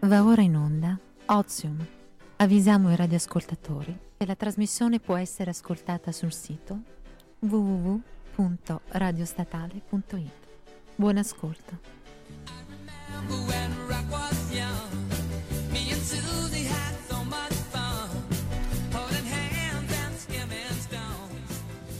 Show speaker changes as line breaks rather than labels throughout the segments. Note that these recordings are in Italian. Va ora in onda Ozium. Avvisiamo i radioascoltatori che la trasmissione può essere ascoltata sul sito www.radiostatale.it. Buon ascolto.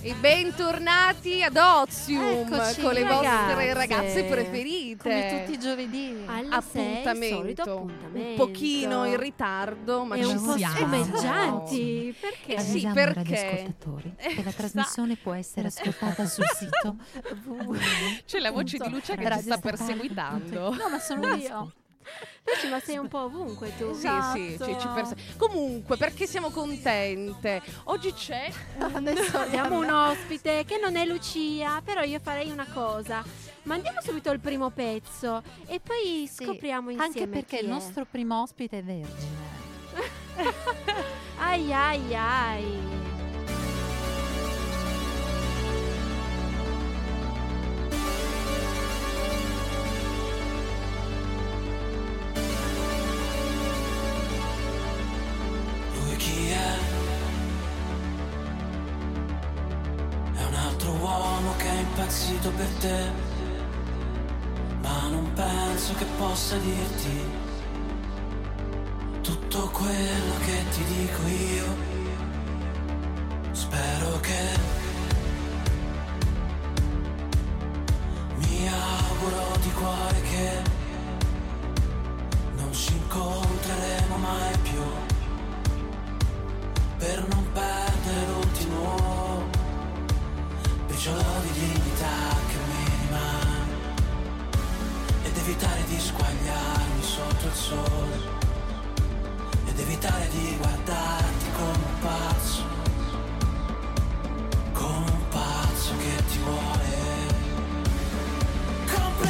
E bentornati ad Ozium
Eccoci,
con le vostre
ragazze.
ragazze preferite.
Come tutti i giovedì.
Alle sei, solito
appuntamento. Un
appuntamento.
pochino in ritardo, ma
e
ci
un po'
siamo.
spumeggianti perché
Eh sì,
Avvisiamo i
perché?
radioascoltatori che la trasmissione può essere ascoltata sul sito www.
C'è la voce di Lucia che ci sta perseguitando.
No, ma sono io.
Dici, ma sei un po' ovunque tu
Sì, sì, ci-
Esatto.
ci perse- Comunque, perché siamo contente? Oggi c'è
adesso abbiamo un ospite che non è Lucia però io farei una cosa mandiamo subito il primo pezzo e poi
Sì,
scopriamo insieme
Anche perché
chi
il
è.
nostro primo ospite è vergine.
ai ai ai
Lui chi è? È un altro uomo che è impazzito per te, ma non penso che possa dirti tutto quello che ti dico io. Spero che mi auguro di cuore che non ci incontreremo mai più per non perdere l'ultimo briciolo di dignità che mi rimane ed evitare di squagliarmi sotto il sole ed evitare di guardarti come un pazzo come un pazzo che ti vuole completamente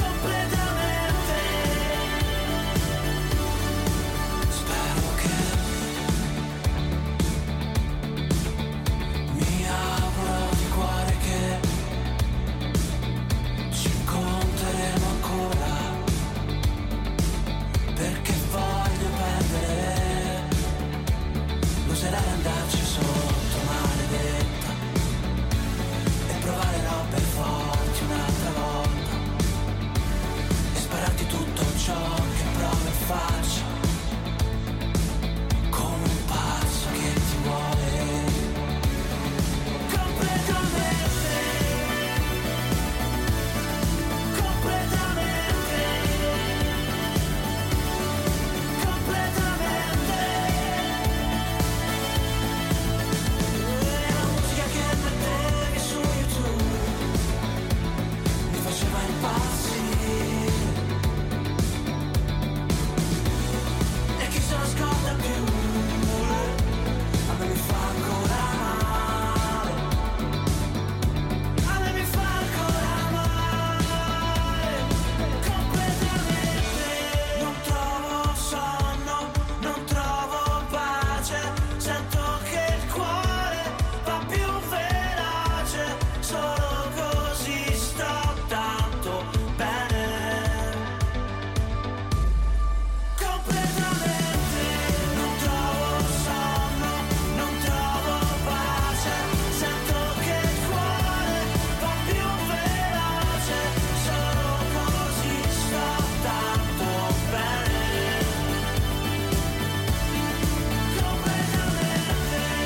completamente Spero che mi auguro di cuore che ci incontreremo ancora perché voglio perdere l'userai ad andarci sotto maledetta e provare robe forti un'altra volta e spararti tutto ciò che provo e faccio come un pazzo che ti vuole completamente completamente completamente la musica che mettevi su youtube mi faceva impazzire e chi se lo scorda più a me mi fa ancora male a me mi fa ancora male completamente non trovo sonno non trovo pace sento che il cuore va più veloce solo così sto tanto bene Completamente non trovo sonno, non trovo pace, sento che il cuore va più veloce, solo così sto tanto bene. Completamente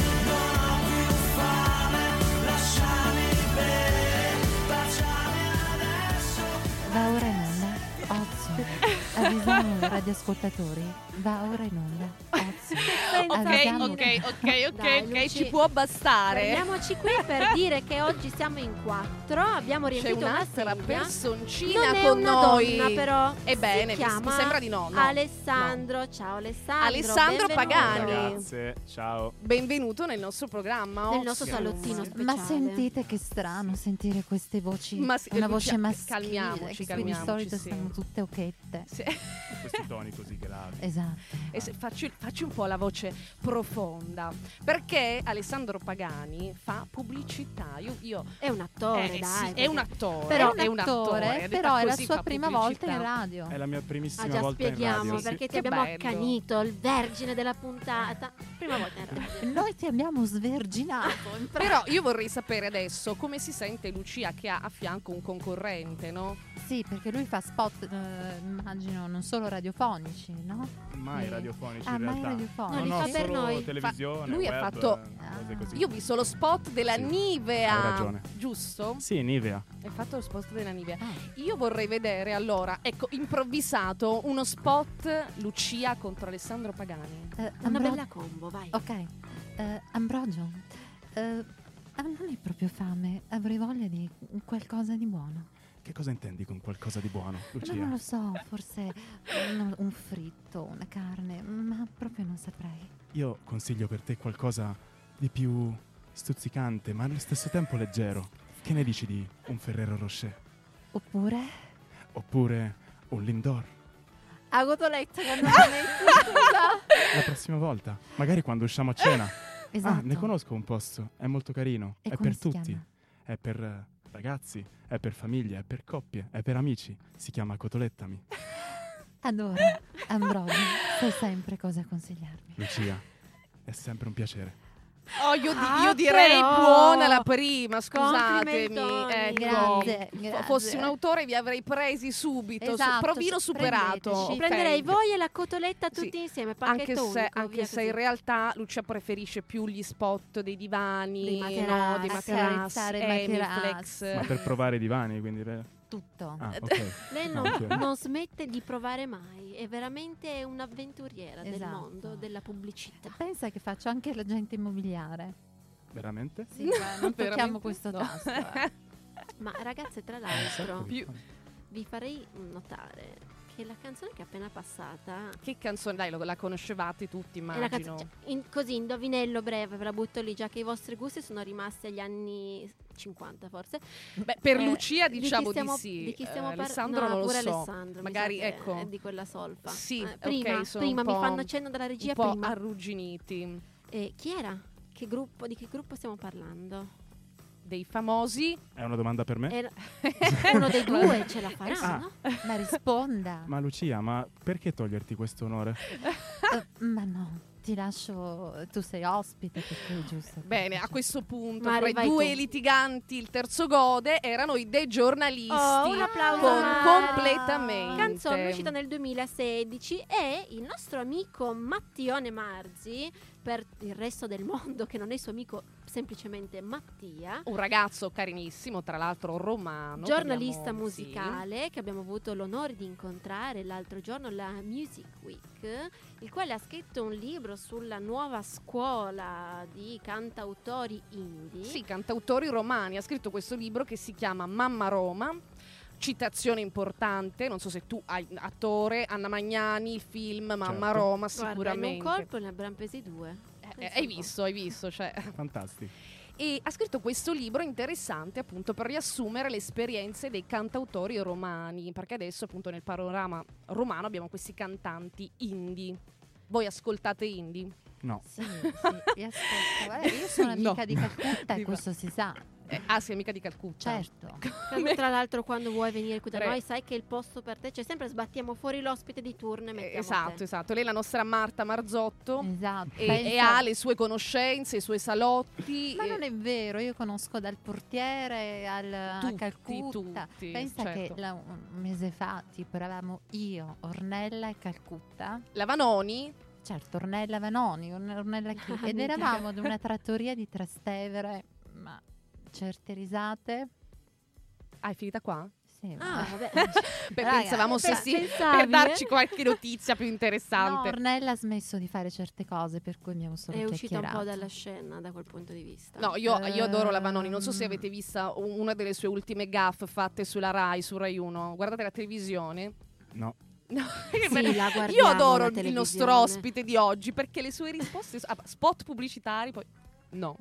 non ho più fame, lasciami bere, baciami adesso.
Va ora in onda Ozium. Avvisiamo i radioascoltatori. Va ora in onda Ozium.
Ok,
Avvisiamo-
ok, ok, ok,
Dai,
ok,
Luci.
ci può bastare.
Prendiamoci qui per dire che oggi siamo in quattro abbiamo
c'è
riempito
un'altra
una segna
personcina
non è
con
una
noi.
donna però
Ebbene,
si
mi- mi
chiama
sembra di no, no.
Alessandro ciao Alessandro
Alessandro
benvenuto.
Pagani.
Grazie, ciao.
Benvenuto nel nostro programma. oh.
Nel nostro
Ozium.
salottino speciale.
Ma sentite che strano sentire queste voci,
Ma sì,
una
Lucia,
voce maschile.
calmiamoci,
che Qui di
calmiamoci,
solito
sì.
siamo tutte occhette.
Sì.
Questi toni così gravi.
Esatto.
E se- facci, facci un po' la voce profonda perché Alessandro Pagani fa pubblicità città. Io, io-
È un attore,
eh,
dai.
sì, è un attore.
Oh, Però,
è un attore, detta
però è la
così
sua
fa
prima
pubblicità.
volta in radio.
È la mia
Ah,
primissima
già
volta in
spieghiamo
radio. sì.
perché ti
Che
abbiamo
bello.
accanito il vergine della puntata. Prima volta in radio.
Noi ti abbiamo sverginato. in pratica.
Però io vorrei sapere adesso come si sente Lucia che ha a fianco un concorrente, no?
Sì, perché lui fa spot, eh, immagino, non solo radiofonici, no?
Mai
Eh.
radiofonici
Ah,
in
mai
realtà.
radiofonici.
No, li
no,
fa per
solo
noi.
televisione,
Fa- lui ha
web,
fatto-
eh, cose così.
Io ho visto lo spot della
Sì.
Nivea.
Hai ragione.
Giusto?
Sì, Nivea.
Hai fatto lo spot della Nivea.
Ah.
Io vorrei vedere allora, ecco, improvvisato uno spot Lucia contro Alessandro Pagani.
Eh,
Una
Ambro-
bella combo, vai.
Ok, eh, Ambrogio, eh, ah, non hai proprio fame, avrei voglia di qualcosa di buono.
Che cosa intendi con qualcosa di buono,
Ma
Lucia?
non lo so, forse un, un fritto, una carne, ma proprio non saprei.
Io consiglio per te qualcosa di più stuzzicante, ma allo stesso tempo leggero. Che ne dici di un Ferrero Rocher?
Oppure...
Oppure un Lindor?
A gotoletto quando mi metti, scusa.
La prossima volta, magari quando usciamo a cena.
Esatto.
Ah, ne conosco un posto, è molto carino,
E
è
come
per
si
tutti.
chiama?
È per eh, ragazzi, è per famiglie, è per coppie, è per amici. Si chiama Cotolettami.
Allora, Ambrogio, sai sempre cosa consigliarmi.
Lucia, è sempre un piacere.
Oh, io, di-
Ah,
io direi
però!
buona la prima, scusatemi.
Complimentoni.
Ecco.
Grazie,
Fo-
Eh, grazie.
Fossi un autore vi avrei presi subito, su-
Esatto,
provino
sì,
superato.
prendeteci.
ok?
Prenderei voi e la cotoletta
Sì.
tutti insieme, pacchetto
Anche se,
unico,
anche
via
se in
così.
realtà Lucia preferisce più gli spot dei divani,
Dei
no, dei
materassi,
materassi,
accarezzare il
Emiflex.
Ma per provare i divani, quindi... per-
Tutto.
Ah, ok.
Lei
No,
non,
ok.
non smette di provare mai, è veramente un'avventuriera del
Esatto.
mondo, della pubblicità.
Pensa che faccio anche l'agente immobiliare.
Veramente?
Sì, guarda, non tocchiamo
veramente?
questo
No.
tasto. eh.
Ma ragazze, tra
Un sacco
esatto.
l'altro,
di
Più-
fame.
vi farei notare che la canzone che è appena passata
Che canzone, dai, lo- la conoscevate tutti,
è la
Eh, immagino.
canzone cioè, in- così indovinello breve, ve la butto lì, già che i vostri gusti sono rimasti agli anni 50 forse.
Beh, per
Eh,
Lucia
di chi
diciamo di,
stiamo-
sì.
Di chi stiamo
Eh,
par-
Alessandro
no,
non lo
pure
so.
Alessandro, mi
Magari,
sa che
ecco.
è di quella solfa.
Sì,
Eh,
ok,
prima,
sono un
prima, mi
po'-
fanno cenno dalla regia
un po'
prima.
arrugginiti
Eh, chi era? Che gruppo, di che gruppo stiamo parlando?
dei famosi
È una domanda per me?
Eh?
Eh,
Era- uno dei due ce la farà,
Ah.
no?
Ma risponda.
Ma Lucia, ma perché toglierti questo onore?
Eh, ma no, ti lascio. Tu sei ospite, perché è giusto. che
Bene,
faccia-
a questo punto,
Mari,
tra i
vai
due
tu.
litiganti, il terzo gode erano i dei giornalisti.
Oh, un applauso,
con
Mari.
completamente.
Canzone uscita nel 2016 e il nostro amico Mattione Marzi, per il resto del mondo che non è suo amico semplicemente Mattia,
Un ragazzo carinissimo, tra l'altro romano.
giornalista
abbiamo- sì.
musicale che abbiamo avuto l'onore di incontrare l'altro giorno alla Music Week, il quale ha scritto un libro sulla nuova scuola di cantautori indie.
Sì, cantautori romani. Ha scritto questo libro che si chiama Mamma Roma. Citazione importante, non so se tu hai attore, Anna Magnani, il film Mamma
Certo.
Roma,
Guarda, in
sicuramente.
un colpo ne abbiamo presi due.
Eh, eh,
Pensa
hai
un po'.
visto, hai visto, cioè.
Fantastico.
e ha scritto questo libro interessante appunto per riassumere le esperienze dei cantautori romani, perché adesso appunto nel panorama romano abbiamo questi cantanti indie. Voi ascoltate indie?
No.
Sì, sì, vi ascolto. Guarda, io sono
No.
amica di Calcutta e
Viva.
questo si sa,
Eh, ah, sei amica di Calcutta.
certo.
Quando, tra l'altro, quando vuoi venire qui da
Pre-
noi, sai che il posto per te c'è sempre. Sbattiamo fuori l'ospite di turno e
Eh,
mettiamo.
esatto,
te.
esatto. Lei è la nostra Marta Marzotto
Esatto.
e,
pensa-
e ha le sue conoscenze, i suoi salotti.
Ma
eh,
non è vero, io conosco dal portiere al, a
Tutti,
Calcutta.
tutti,
Pensa
certo.
che la- un mese fa tipo eravamo io, Ornella e Calcutta.
La Vanoni,
Certo, Ornella Vanoni, Orn- Ornella Chi.
Ah,
Ed
mica.
eravamo ad una trattoria di Trastevere, ma certe risate.
ah, è finita qua?
Sì,
Ah, vabbè.
Beh,
Raga,
pensavamo se
pe-
sì,
pensavi,
per darci
eh?
qualche notizia più
No,
interessante.
Ornella ha smesso di fare certe cose, per cui abbiamo solo
È uscita un
chiacchierato.
po' dalla scena da quel punto di vista.
No, io, io adoro la
Ehm.
Vanoni. Non so se avete vista u- una delle sue ultime gaffe fatte sulla Rai, su Rai 1. Guardate la televisione.
No.
No,
Sì,
beh,
la guardiamo
io adoro
la
il
televisione.
nostro ospite di oggi perché le sue risposte. so- ah, spot pubblicitari, poi. No.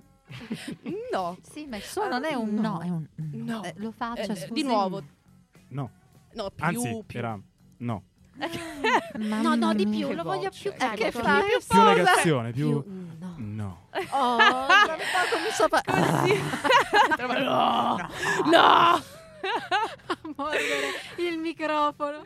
No.
Sì, ma il suo non è un
Ah, No.
no, è un
No.
Eh, lo
Eh,
faccia,
eh,
scusi.
di nuovo.
No.
No, più.
Anzi,
più.
era no.
Mamma
No, no, di
mia.
più,
Che
lo voglio
voce.
più
Eh,
carico.
che fa?
più
Più negazione, più... Mm.
più- no.
No.
Oh,
Guarda un po' come sto fa-
No!
a mordere il microfono.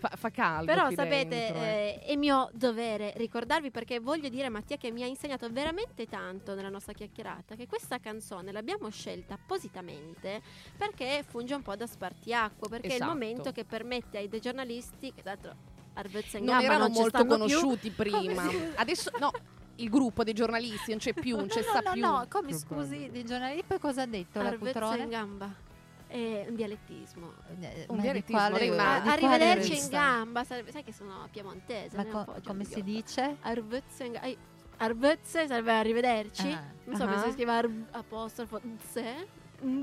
Fa, fa caldo.
Però
qui
sapete,
dentro, eh.
eh, è mio dovere ricordarvi perché voglio dire a Mattia che mi ha insegnato veramente tanto nella nostra chiacchierata che questa canzone l'abbiamo scelta appositamente perché funge un po' da spartiacque, perché è
Esatto.
il momento che permette ai dei giornalisti, che tra l'altro Arvezza in
non
gamba
erano
eh, ah, non ci
molto
stanno più,
conosciuti prima.
Come si-
Adesso no, il gruppo dei giornalisti non c'è più, non c'è
no,
sta
no,
più.
no, come
Più
scusi, di giornali, poi cosa ha detto la
Arvezza
Cutrone?
in gamba. È un dialettismo.
Eh,
Un
ma di
dialettismo,
quale-
lei
di
una-
Ah,
quale
arrivederci in
rivista?
gamba, sarebbe- sai che sono piemontese,
Ma
ne
co-
un po'
come si
giornata.
dice?
Arvezza in gamba. Arvezza serve arrivederci.
Ah.
Non so,
Ah.
penso si scriva ar- apostrofo se in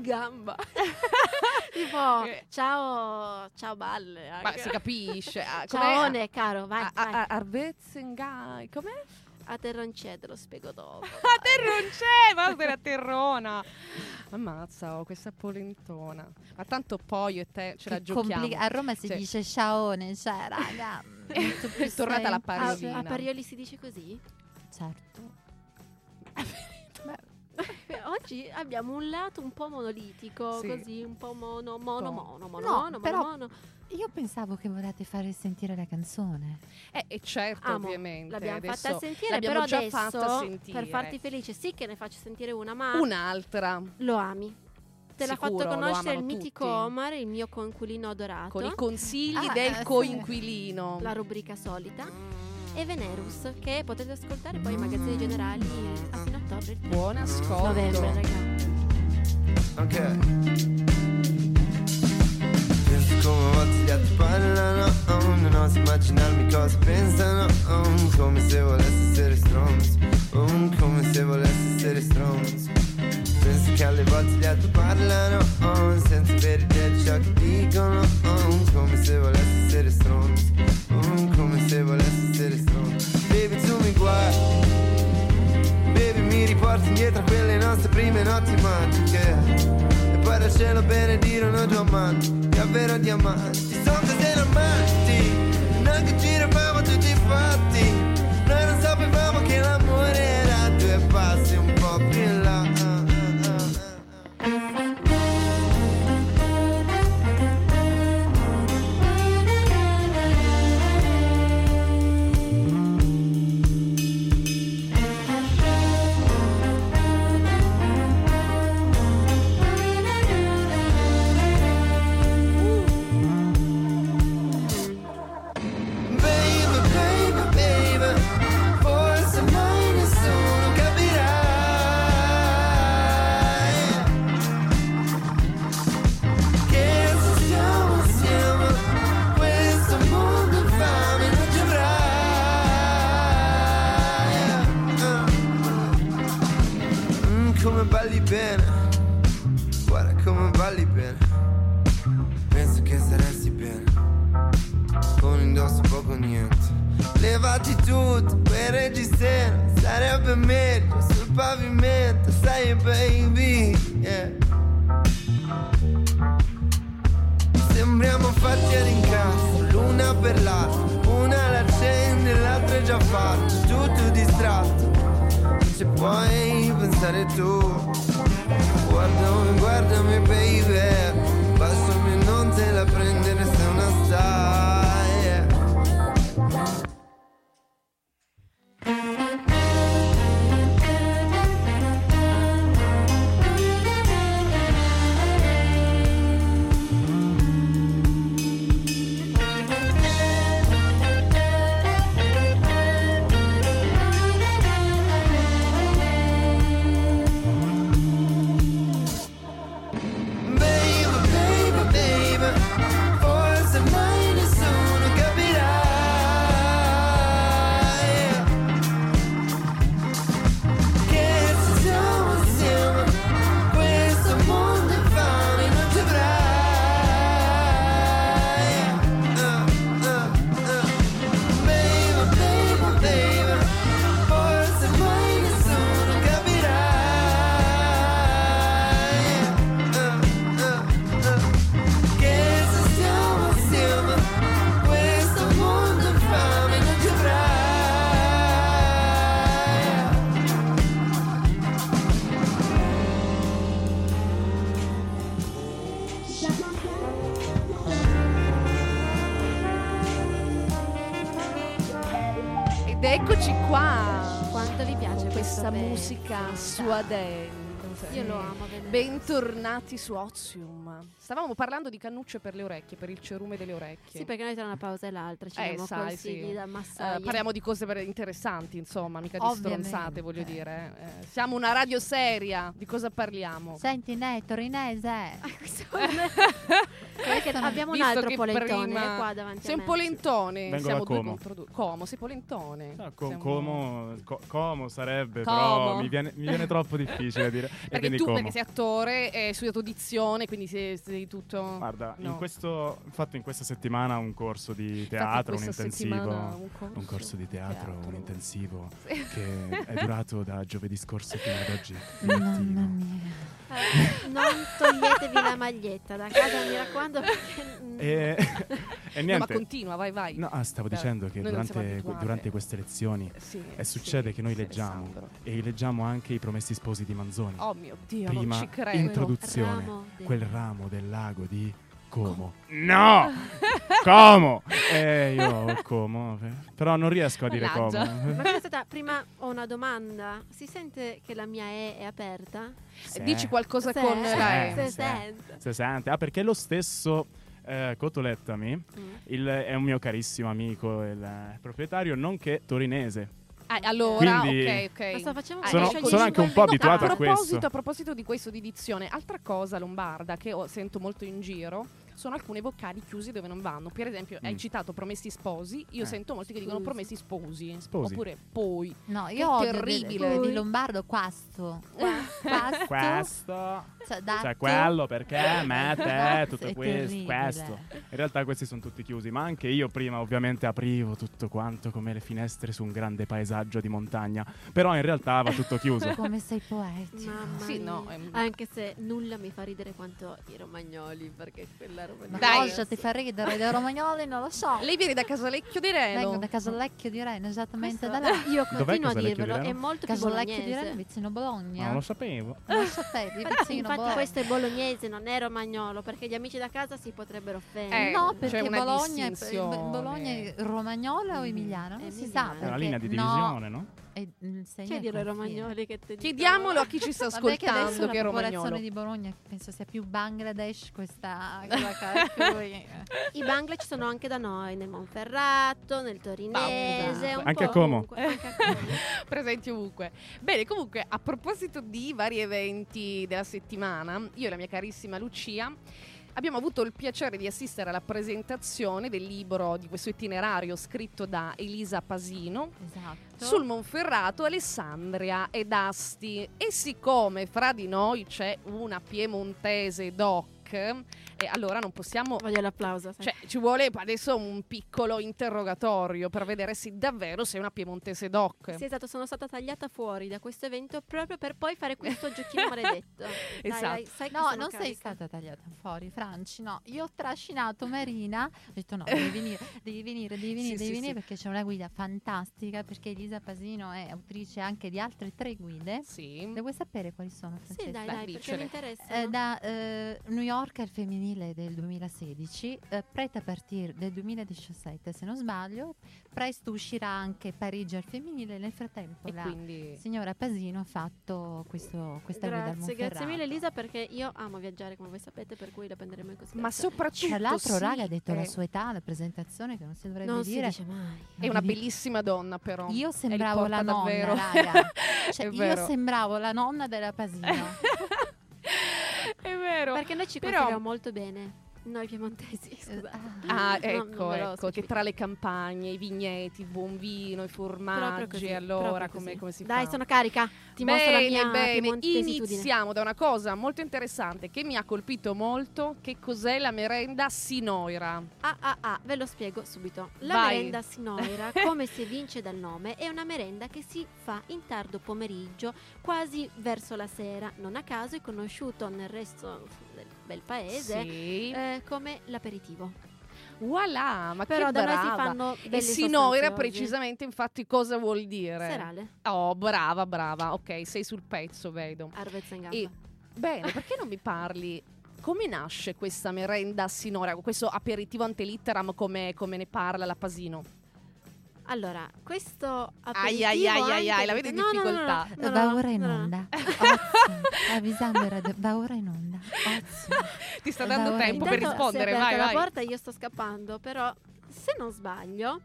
gamba. tipo
Eh.
ciao ciao balle.
Ma
anche.
si capisce. Ah, com'è? Ah,
Ciao ne caro, vai,
A- a-
vai.
a- Arvezengai, com'è?
A te non c'è, te lo spiego dopo.
A terroncè, vabbè, la terrona. Ammazza, oh, questa polentona. Ma tanto poi io e te ce la
Che
giochiamo.
complica- a Roma si
Cioè-
dice ciaone, cioè raga. tu più
È tornata
sei
la
in
A,
pace.
Parolina.
a Parioli si dice così?
Ah, Certo.
Beh, Eh, Oggi abbiamo un lato un po' monolitico,
Sì.
così un po' mono, mono,
Po'.
mono, mono,
No,
mono,
però-
mono, mono.
Io pensavo che volevate fare sentire la canzone.
Eh, e certo,
Amo,
ovviamente.
L'abbiamo
adesso
fatta sentire,
l'abbiamo
però
già
adesso,
fatta sentire.
per farti felice, sì che ne faccio sentire una, ma
Un'altra
lo ami. Te l'ha fatto
Sicuro, lo
conoscere
amano
il mitico
tutti.
Omar, il mio coinquilino adorato.
con i consigli
Ah, eh,
del
sì.
coinquilino.
la rubrica solita e Venerus che potete ascoltare poi in magazzini generali eh, a fine ottobre il 3
Buon ascolto.
novembre ragazzi
Ok. Pensi come Mozziati parlano, oh, non oso immaginarmi cosa pensano, oh, come se volessi essere stronzo, oh, come se volessi essere stronzo. Penso che alle volte gli altri parlano, oh, senza verità di ciò che dicono, oh, come se volessi essere stronzo, oh, come se volessi essere stronzo. Baby tu mi guardi. Baby mi riporti indietro a quelle nostre prime notti magiche E poi dal cielo benedirono due amanti Davvero diamanti Sono dei amanti Noi che giravamo tutti fatti Noi non sapevamo che l'amore era a due passi un po' più in là ah, ah, ah, ah. Baby, baby, baby, forse mai nessuno capirà Che se stiamo insieme, questo mondo infame non ci avrai Mm, Come balli bene, guarda come balli bene Penso che saresti bene con indosso poco o niente Levati tutto, quel reggiseno Sarebbe meglio sul pavimento Sai baby, yeah. Sembriamo fatti ad incasso L'una per l'altra Una la accende, l'altra è già fatta Tutto distratto Se puoi pensare tu Guardami, guardami baby Baciami non te la prendere se una stai yeah. Uh,
Eccoci qua.
Quanto vi piace
Con questa
questo pezzo?
musica suadente.
Io lo amo. veramente.
Bentornati su Ozium. Stavamo parlando di cannucce per le orecchie, per il cerume delle orecchie.
Sì, perché noi tra una pausa e l'altra ci
Eh,
diamo
sai,
consigli
sì.
da
Eh,
massaggi.
parliamo di cose ver- interessanti, insomma, mica di
Ovviamente.
stronzate, voglio dire. Eh, siamo una radio seria, di cosa parliamo?
Senti, Ney, torinese.
Ah, Perché abbiamo un
Visto
altro
che
polentone eh,
prima-
qua davanti
Sei
a
un
me.
polentone,
Vengo
siamo
da
due
Como.
contro due. Como, sei polentone.
No, co-
Siamo-
como, co- como sarebbe,
Como.
però mi viene, mi viene troppo difficile dire. e
Perché
quindi
tu
como.
perché sei attore, eh, hai studiato dizione, quindi sei, sei tutto...
Guarda, in
no.
questo, ho fatto in questa settimana un corso di
Infatti
teatro, un
questa
intensivo.
settimana un corso,
Un corso di teatro, un intensivo
Sì.
che è durato da giovedì scorso fino ad oggi.
Mamma
mattino.
mia.
Eh, non toglietevi la maglietta da casa, mi raccomando, perché... mm,
Eh.
E, e
No, ma
niente.
continua, vai, vai.
No, ah, stavo
Dai,
dicendo che
noi non siamo
durante,
abituate.
durante queste lezioni
Sì,
eh, succede
sì,
che noi
sì,
leggiamo
Alessandro.
e leggiamo anche i promessi sposi di Manzoni.
Oh mio Dio, non
Prima
ci credo.
introduzione,
Ramo del-
quel ramo del lago di Como. No! Como! Eh, io Como, eh, però non riesco a dire
Mannaggia.
Como.
Ma aspetta, prima ho una domanda. Si sente che la mia E è aperta?
Se-
Dici qualcosa
Se-
con la E.
se
sì.
sente.
se sente. Ah, perché lo stesso eh, Cotolettami
Mm.
il- è un mio carissimo amico, il eh, proprietario, nonché torinese.
Ah,
Eh,
allora,
Quindi-
ok, ok.
Ma sto facendo
Ah,
Sono-
ecco,
sono anche un po'
No,
abituato
a
a
proposito,
questo.
a proposito di questo di dizione, altra cosa lombarda che ho- sento molto in giro sono alcune vocali chiuse dove non vanno. Per esempio, hai
Mm.
citato promessi sposi, io
Eh.
sento molti che dicono
Sposi.
promessi sposi,
Sposi.
oppure poi.
No,
Che
io odio del-
terribile.
di lombardo questo. Questo.
Questo,
Cioè,
cioè
datto.
quello, perché, me, te,
Esatto,
tutto
è
questo,
terribile.
questo. In realtà questi sono tutti chiusi, ma anche io prima ovviamente aprivo tutto quanto come le finestre su un grande paesaggio di montagna, però in realtà va tutto chiuso.
Come sei poetico.
Mamma
Sì,
mia.
no, ehm.
Anche se nulla mi fa ridere quanto i romagnoli, perché quella roba
Ma
Dai.
cosa ti fa ridere dei romagnoli? Non lo so.
Lei viene da Casalecchio di
Vengo
Reno.
da Casalecchio di Reno, esattamente
Questo-
da là.
Io continuo a
Casalecchio di
dirvelo,
Reno?
è molto più
Casalecchio di
bolognese.
Reno, vicino Bologna.
Non lo sapevo.
Non lo sapevi,
Infatti,
vicino Bologna.
questo è bolognese, non è romagnolo, perché gli amici da casa si potrebbero offendere.
Eh,
No,
per-
perché
una
Bologna, è,
distinzione.
Bologna è romagnola o emiliana? Non si
È
Emiliana.
sa.
una
perché-
linea di
no,
divisione, no?
è il segno
Cioè,
Chiedilo
del
ai
mm, confine.
romagnoli che te
Chiediamolo a chi ci sta
Vabbè che adesso
ascoltando
la
che è romagnolo.
popolazione di Bologna penso sia più Bangladesh questa quella che- cui-
I Bangla ci sono anche da noi, nel Monferrato, nel Torinese,
Bamba.
un
Anche
po'
a Como.
ovunque, Anche a Como.
presenti ovunque. Bene, comunque, a proposito di vari eventi della settimana, io e la mia carissima Lucia abbiamo avuto il piacere di assistere alla presentazione del libro di questo itinerario scritto da Elisa Pasino,
Esatto.
sul Monferrato, Alessandria ed Asti. E siccome fra di noi c'è una piemontese doc, eh, allora non possiamo.
Voglio l'applauso. sai.
Cioè, ci vuole adesso un piccolo interrogatorio per vedere se davvero sei una piemontese doc.
Sì, esatto, sono stata tagliata fuori da questo evento proprio per poi fare questo giochino maledetto. Dai, dai,
Esatto.
sai che
No,
sono
non sei
carica.
stata tagliata fuori, Franci, no. Io ho trascinato Marina, ho detto no, devi venire, devi venire, devi
Sì,
venire, devi
sì,
venire
sì.
perché c'è una guida fantastica, perché Elisa Pasino è autrice anche di altre tre guide.
Sì.
Le vuoi sapere quali sono, Francesca?
Sì, dai,
Beh,
dai, perché
dicele.
mi interessa.
Eh, da eh, New York al femminile del 2016, eh, Preta a partire del 2017 se non sbaglio, presto uscirà anche Parigi al femminile, nel frattempo
E
la
quindi
signora Pasino ha fatto questo, questa guida al
Grazie, grazie
Monferrato.
mille Elisa perché io amo viaggiare come voi sapete per cui la prenderemo in
ma
considerazione.
soprattutto
Tra l'altro
sì,
raga ha detto la
eh,
sua età, la presentazione che non si dovrebbe
non si
dire.
dice mai.
Non
è una
vi dico.
bellissima donna però
Io
E li
sembravo la
porta
nonna,
davvero.
raga. Cioè,
È
io
vero.
sembravo la nonna della Pasino.
è vero
Perché noi ci
Però-
consideriamo molto bene. Noi
Eh,
piemontesi, scusa.
ah
No,
ecco
non ve l'ho
ecco che
specificato.
tra le campagne i vigneti il buon vino i
Proprio
formaggi
così,
allora
proprio
come,
così.
come si fa
Dai, sono carica. Ti mostro la mia
bene, bene.
piemontesitudine.
iniziamo da una cosa molto interessante che mi ha colpito molto che cos'è la merenda sinoira
Ah ah ah, ve lo spiego subito. La
Vai.
merenda sinoira, come si evince dal nome, è una merenda che si fa in tardo pomeriggio, quasi verso la sera. Non a caso è conosciuto nel resto del bel paese
sì
eh, come l'aperitivo.
voilà ma
Però
che
da noi si
brava.
fanno delle
e sinoira
sostanziose.
precisamente infatti cosa vuol dire
Serale,
Oh, brava, brava. Ok, sei sul pezzo, vedo.
arvezza in gamba.
E bene, perché non mi parli? Come nasce questa merenda sinora, questo aperitivo antelitteram come, come ne parla la Pasino?
Allora, questo
Ai,
aperitivo
ai, ai, ai, ai,
anche-
la vedo in
No, no, no, no,
difficoltà.
no, no,
va
no,
ora in
no, no.
onda. Ozzi, Avvisando, era de- va ora in onda. Ozzi.
Ti sta
Allora,
dando tempo per
Intanto
rispondere,
si è aperta
vai,
la
vai.
porta io sto scappando, però se non sbaglio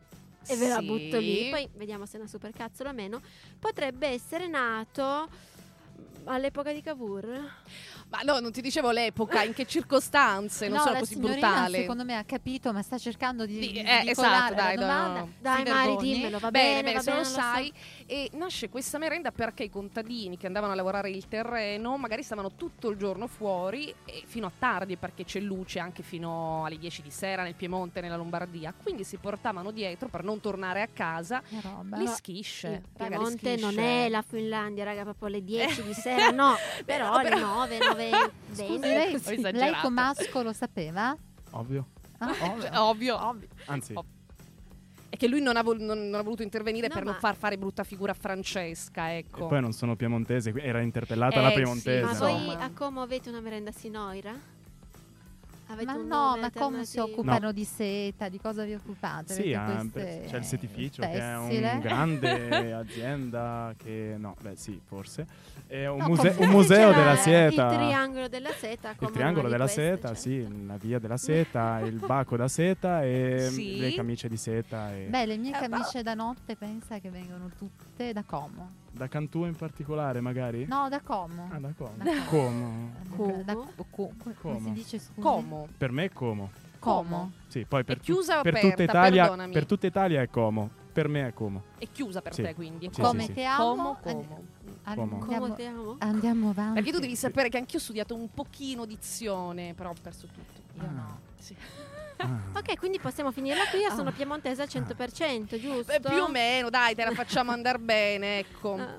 e ve la
Sì.
butto lì, poi vediamo se è una supercazzola o meno, potrebbe essere nato mm, all'epoca di Cavour.
Ma no, non ti dicevo l'epoca, in che circostanze, non
no,
sono
la
così
signorina,
brutale.
secondo me ha capito, ma sta cercando di,
Sì,
di,
eh,
di colare
esatto,
la
dai, no, no,
domanda.
no.
Dai,
Ti
Mari,
vergogni?
dimmelo, va
bene,
bene,
bene,
va
se lo
bene, lo
sai. E nasce questa merenda perché i contadini che andavano a lavorare il terreno magari stavano tutto il giorno fuori e fino a tardi perché c'è luce anche fino alle 10 di sera nel Piemonte, nella Lombardia. Quindi si portavano dietro per non tornare a casa
Che roba.
le
no,
schisce.
il
raga, le
Cioè, Piemonte non
schisce.
è la Finlandia, raga, proprio alle 10 di sera, no, però alle 9, 9, 20.
Lei,
Ho
lei
esagerato.
con Masco lo sapeva?
Ovvio.
Ah,
Cioè, ovvio.
Anzi,
Ovvio. È che lui non ha, vol- non- non ha voluto intervenire
No,
per non
ma-
far fare brutta figura a Francesca,
e
ecco.
poi non sono piemontese, qui- era interpellata
Eh,
la
sì,
piemontese.
Ma
Esatto.
voi
Insomma.
a Como avete una merenda sinoira? Avete
ma
un
no,
nome
ma come si
alternativo?
occupano di seta? Di cosa vi occupate?
Sì,
Avete
ah,
queste,
per- c'è il setificio che è
tessile?
un grande azienda che no, beh sì, forse è un,
No,
muse-
forse
un museo
C'era
della
Il
sieta.
triangolo della seta. come
Il
una
triangolo
di
della
queste,
seta,
cioè.
sì, la via della seta, il baco da seta e
Sì.
le camicie di seta. E...
Beh, le mie
Eh, ma-
camicie da notte pensa che vengono tutte da Como.
Da Cantù in particolare, magari?
No, da Como.
Ah, da Como.
Da-
Como.
Da- da-
Como?
co- co- Come si
Como.
dice
Mm-hmm.
scusi?
Como.
Per me è Como.
Como.
Sì, poi per,
È chiusa o
per tutta
aperta?
Italia,
Perdonami.
per tutta Italia è Como. Per me è Como.
È chiusa per
Sì.
te, quindi.
Sì,
Come
sì.
te
Como,
amo.
como.
and-
Como.
Andiamo,
Como ti amo?
andiamo avanti.
Perché tu devi sapere che anch'io ho studiato un pochino dizione, però ho perso tutto.
Io no.
Sì.
Ah.
Ok, quindi possiamo finirla qui. Io sono
Ah.
piemontese al 100%, giusto?
Beh, Eh, più o meno, dai, te la facciamo andare bene, ecco.
Ah.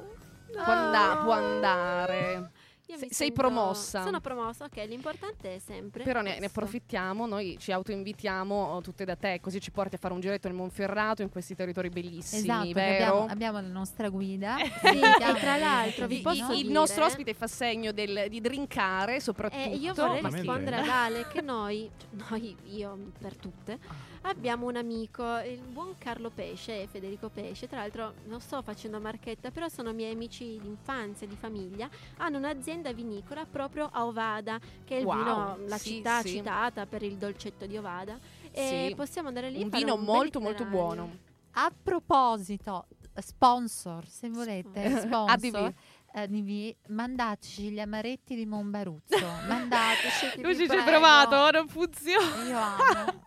Può, andà- può andare.
Ah. Io
Se-
mi
sei
sento-
promossa.
Sono promossa, ok. L'importante è sempre.
Però ne, ne
questo.
approfittiamo, noi ci autoinvitiamo oh, tutte da te, così ci porti a fare un giretto nel Monferrato in questi territori bellissimi,
Esatto, che
vero?
abbiamo, eh, abbiamo la nostra guida.
Sì,
Si chiama-
e tra l'altro vi
Il-
posso
il,
dire-
eh.
nostro ospite fa segno del- di drinkare soprattutto.
Eh, io vorrei
Ma
rispondere
mentre-
ad Ale che noi, cioè, noi, io per tutte,
Ah.
abbiamo un amico, il buon Carlo Pesce, Federico Pesce, tra l'altro non sto facendo marchetta, però sono miei amici di infanzia, di famiglia, hanno un'azienda vinicola proprio a Ovada, che è il
Wow,
vino, la
sì,
città
sì.
citata per il dolcetto di Ovada. E
Sì.
possiamo andare lì. e
un
fare
vino
un bel
molto molto
itinerario.
buono.
A proposito, sponsor, se volete,
Sponsor.
sponsor,
ADV.
ADV, mandateci gli amaretti di Monbaruzzo. mandateci.
Lui
vi
ci ha
prego.
provato, oh, non funziona.
Io amo.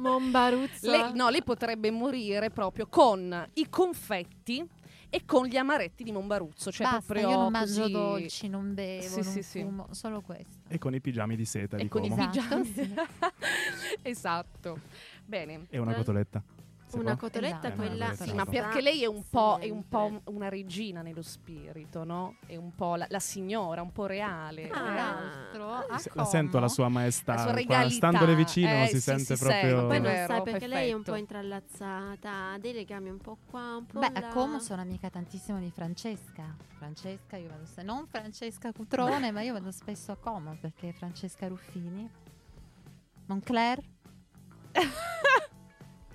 Monbaruzzo.
Lei, no, lei potrebbe morire proprio con i confetti e con gli amaretti di Monbaruzzo. Cioè
Basta,
proprio
io non mangio
così-
dolci, non bevo,
Sì,
non
sì, sì.
fumo, solo questo.
E con i pigiami di seta
E
di
con i
Como.
pigiami.
pigiami.
Esatto,
esatto. Bene.
E una cotoletta. Se
Una
può.
cotoletta,
Esatto.
quella...
Sì,
Sì,
Esatto.
ma perché lei è un,
Sempre.
po', è un po' una regina nello spirito, no? È un po' la, la signora, un po' reale.
Tra
Ah.
l'altro, a
Se- la sento
Como-
la sua maestà.
La sua
qua,
regalità.
standole vicino
Eh,
si
sì,
sente
si
proprio.
sente.
Poi
È
non
vero,
sai perché lei è un po'
perfetto.
intrallazzata, ha dei legami un po' qua, un po'
Beh,
là.
a Como sono amica tantissimo di Francesca. Francesca, io vado se- non Francesca Cutrone, ma io vado spesso a Como perché Francesca Ruffini. Moncler?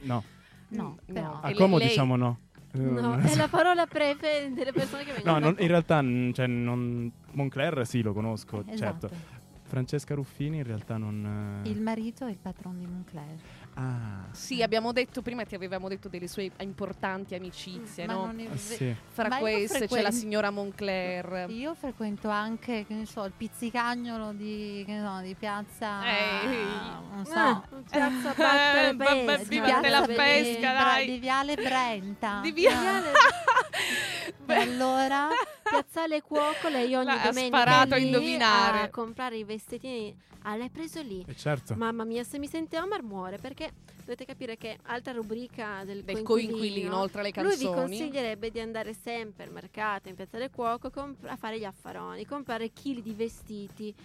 No,
No, però.
a
E
Como
lei-
diciamo no.
No, è la parola prefe delle persone che vengono.
Mm. No,
da
non-
Como.
in realtà mm, cioè, non- Moncler sì, lo conosco,
Esatto.
certo. Francesca Ruffini in realtà non... eh,
Il marito è il patrono di Moncler.
Ah,
Sì, abbiamo detto prima, ti avevamo detto delle sue importanti amicizie,
ma
no?
non è
ah,
ve-
sì.
Fra
Ma io
queste c'è la
frequento-
signora Moncler.
Io frequento anche, che ne so, il pizzicagnolo di, che ne so, di piazza.
Ehi.
Non so.
Ah, piazza
Eh,
Battere
vabbè,
Pesca.
di
viva Vivate la
piazza
pesca,
Bellini, bra-
dai.
Di Viale Brenta.
Di via-
Ah, e
Beh,
allora,
Piazzale Cuoco, lei ogni
La- ha
domenica
sparato a
è lì
indovinare.
a comprare i vestitini. Ah, l'hai preso lì.
E certo.
Mamma mia, se mi sente Omar muore perché dovete capire che altra rubrica del,
del coinquilino,
coinquilino
oltre alle
Lui vi
canzoni.
consiglierebbe di andare sempre al mercato in Piazza del Cuoco comp- a fare gli affaroni, comprare chili di vestiti.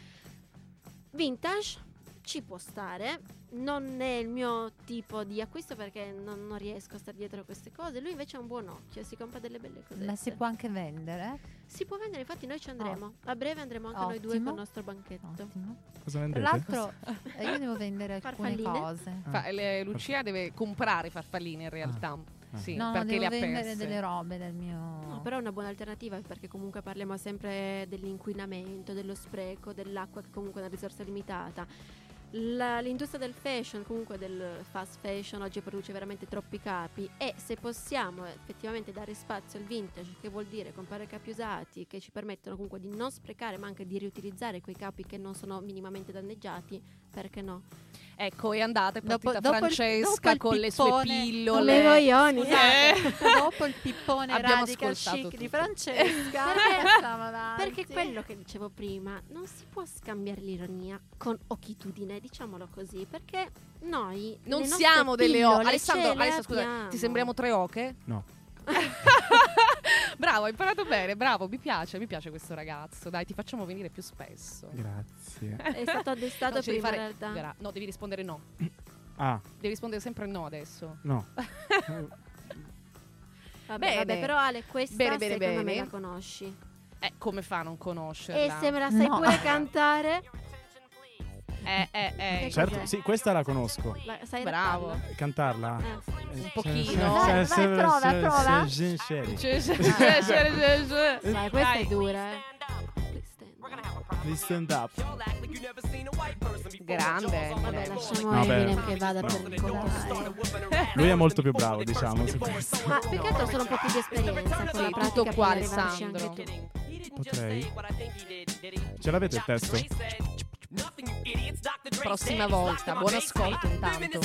Vintage ci può stare, non è il mio tipo di acquisto perché non, non riesco a stare dietro a queste cose. Lui invece ha un buon occhio, si compra delle belle cose.
ma si può anche vendere.
Si può vendere, infatti noi ci andremo. A breve andremo anche noi due
Ottimo.
con il nostro banchetto.
Ottimo.
Cosa
Tra
vendete?
l'altro, eh, io devo vendere alcune
Farfalline?
Ah,
cose.
Fa- le- Lucia deve comprare farfalline in realtà. Sì,
no,
perché
devo
le ha
vendere
perse.
delle robe del mio...
No, però è una buona alternativa perché comunque parliamo sempre dell'inquinamento, dello spreco, dell'acqua che comunque è una risorsa limitata. La- l'industria del fashion, comunque del fast fashion, oggi produce veramente troppi capi e se possiamo effettivamente dare spazio al vintage, che vuol dire comprare capi usati che ci permettono comunque di non sprecare ma anche di riutilizzare quei capi che non sono minimamente danneggiati, perché no?
Ecco, e andate, è
Dopo-
partita
dopo il- dopo
Francesca
il
con le sue
pippone-
pillole.
coglioni!
Scusate,
Eh.
dopo il pippone
Abbiamo
radical
ascoltato
chic
tutto.
di Francesca,
Perché-
passiamo avanti.
Perché quello che dicevo prima, non si può scambiare l'ironia con occhitudine, diciamolo così, perché noi
Non
le nostre
siamo delle oche.
pillole
Alessandro,
ce le
Alessandro, scusa,
abbiamo.
ti sembriamo tre oche?
No.
bravo, hai imparato bene, bravo, mi piace, mi piace questo ragazzo. Dai, ti facciamo venire più spesso.
Grazie.
È
No,
stato addestrato
ci devi
prima in
fare-
realtà.
Gra- no, devi rispondere no.
Ah,
Devi rispondere sempre no adesso.
no.
Vabbè,
Bene.
vabbè, però Ale, questa
Bene, bene,
secondo
bene.
me la conosci.
Eh, come fa a non
E
conoscerla?
Eh, se me la sai
No.
pure cantare,
Eh, eh, eh.
Ecco.
certo, sì, questa la conosco.
la- sai
Bravo.
rapparla?
Cantarla?
Eh.
Un
No.
pochino.
Dai, vai, prova, prova.
Please
Cioè, cioè, cioè, cioè, cioè, cioè.
Dai, Eh, questa è dura, eh.
stand up.
Grande.
Vabbè, lasciamo
Vabbè.
Eminem che vada per il colare.
Lui è molto più bravo, diciamo. su questo.
Ma più che altro sono un po' più di esperienza con la
Sì,
pratica
tutto
per
qua,
arrivarci anche
Alessandro.
tu.
Potrei. Ce l'avete il testo?
Prossima volta, buon ascolto intanto.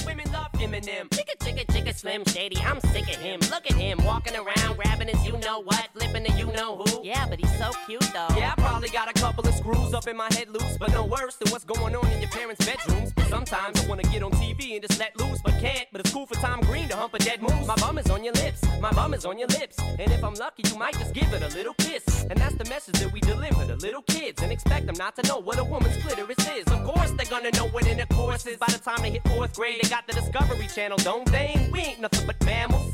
Yeah, I probably got a couple of screws up in my head loose, but no worse than what's going on in your parents' bedrooms. Sometimes I wanna get on TV and just let loose, but can't. But it's cool for Tom Green to hump a dead moose. My bum is on your lips, my bum is on your lips, and if I'm lucky, you might just give it a little kiss. And that's the message that we deliver to little kids, and expect them not to know what a woman's clitoris is. Of course, they're gonna know what intercourse is by the time they hit fourth grade. They got the Discovery Channel, don't they? We ain't nothing but mammals.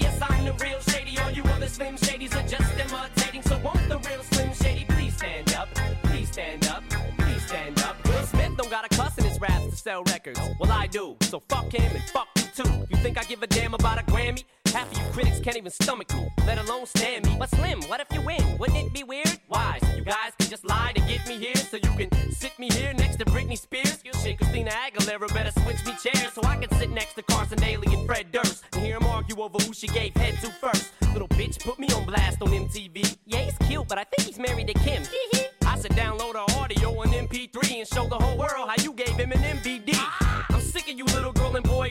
yes, I'm the real Shady. All you other Slim Shadys are just imitating. So won't the real Slim Shady please stand up? Please stand up, please stand up. Will Smith don't got a cuss in his raps to sell records. Well, I do, so fuck him and fuck you too. You think I give a damn about a Grammy? Half of you critics can't even stomach me, let alone stand me. But Slim, what if you win? Wouldn't it be weird? Why? So you guys can just lie to get me here, so you can sit me here next to Britney Spears. Shit, Christina Aguilera better switch me chairs so I can sit next to Carson Daly and Fred Durst and hear 'em argue over who she gave head to first. Little bitch put me on blast on MTV. Yeah, he's cute, but I think he's married to Kim. Hee hee. I should download her audio on MP3 and show the whole world how you gave him an MVD. I'm sick of you little girl and boy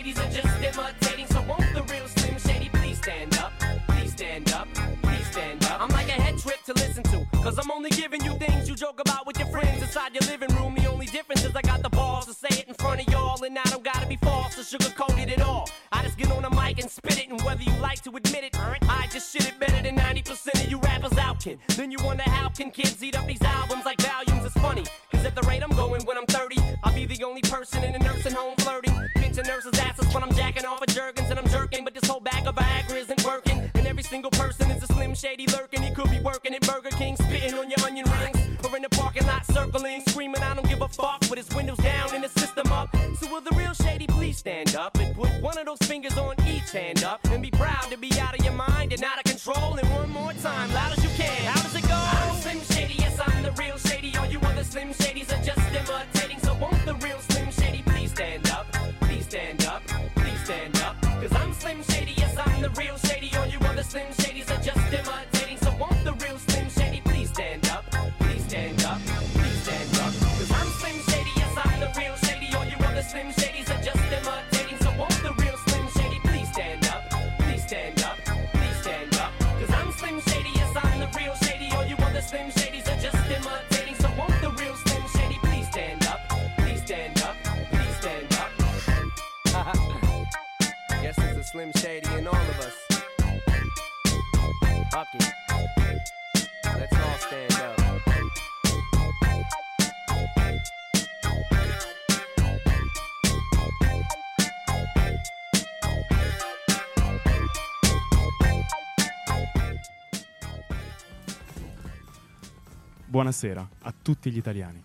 are just imitating. So won't the real Slim Shady please stand up? Please stand up, please stand up. I'm like a head trip to listen to. Cause I'm only giving you things you joke about with your friends inside your living room. The only difference is I got the balls to say it in front of y'all. And I don't gotta be false or sugarcoated at all. I just get on a mic and spit it. And whether you like to admit it, I just shit it better than 90% of you rappers out, kid. Then you wonder how can kids eat up these albums like volumes? It's funny. Cause at the rate I'm going when I'm 30, I'll be the only person in a nursing home flirting. Pinching nurses' asses when I'm jacking off of jerkins and I'm jerking. But this whole bag of Viagra isn't working. And every single person is a slim shady lurking. He could be working at Burger King, spitting on your onion rings. Or in the parking lot circling, screaming, I don't give a fuck. With his windows down and his system up. So will the real shady please stand up and put one of those fingers on each hand up. And be proud to be out of your mind and out of control. And one more time, loud as you can. How does it go? I'm slim shady, yes, I'm the real shady. All you other slim shadies are just imitating. So won't the real slim shady please stand up? Please stand up, please stand up. Cause I'm slim shady, yes, I'm the real shady. All you other slim shadies are just imitating. So won't the real slim shady please stand up? Please stand up, please stand up. Cause I'm slim shady, yes, I'm the real shady. All you other slim shadies are just imitating. So won't the real slim shady please Slim Shady and all of us. Fuck it. Let's all stand up.
Buonasera a tutti gli italiani.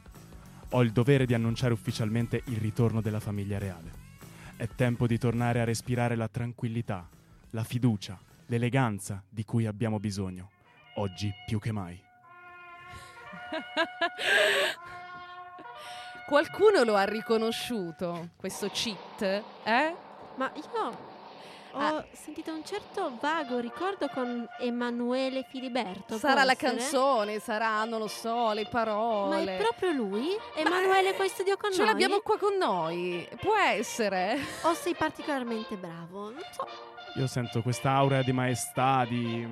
Ho il dovere di annunciare ufficialmente il ritorno della famiglia reale. È tempo di tornare a respirare la tranquillità, la fiducia, l'eleganza di cui abbiamo bisogno, oggi più che mai.
Qualcuno lo ha riconosciuto, questo cheat, eh?
Ma io ho
Ah.
sentito un certo vago ricordo con Emanuele Filiberto.
Sarà
può
la
essere?
canzone, sarà, non lo so, le
Ma
parole.
è proprio lui? Emanuele qua in studio con
Ce
noi?
l'abbiamo qua con noi, può essere.
O sei particolarmente bravo? Non so.
Io sento quest'aura di maestà, di,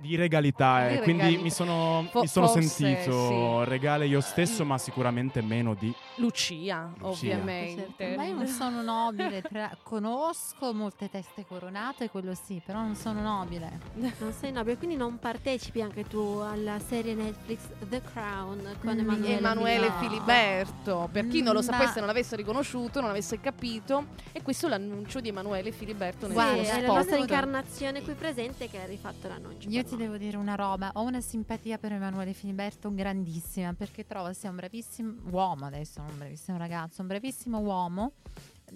di regalità,
Di
e quindi
regalità.
mi sono,
Fo-
mi sono
forse,
sentito
sì.
regale io stesso, ma sicuramente meno di...
Lucia,
Lucia.
ovviamente.
Certo,
Ma io non sono nobile, tra- conosco molte teste coronate, quello sì, però non sono nobile.
Non sei nobile, quindi non partecipi anche tu alla serie Netflix The Crown con
Mm,
Emanuele,
Emanuele
No.
Filiberto, per chi non lo
Mm,
sapesse,
ma-
non l'avesse riconosciuto, non avesse capito, e questo è l'annuncio di Emanuele Filiberto nel
Guarda,
Guarda,
suo
è la
sposo.
spot.
nostra incarnazione qui presente che ha rifatto l'annuncio.
Io
per
ti
noi.
devo dire una roba, ho una simpatia per Emanuele Filiberto grandissima, perché trovo sia un bravissimo uomo adesso, non un bravissimo ragazzo, un bravissimo uomo,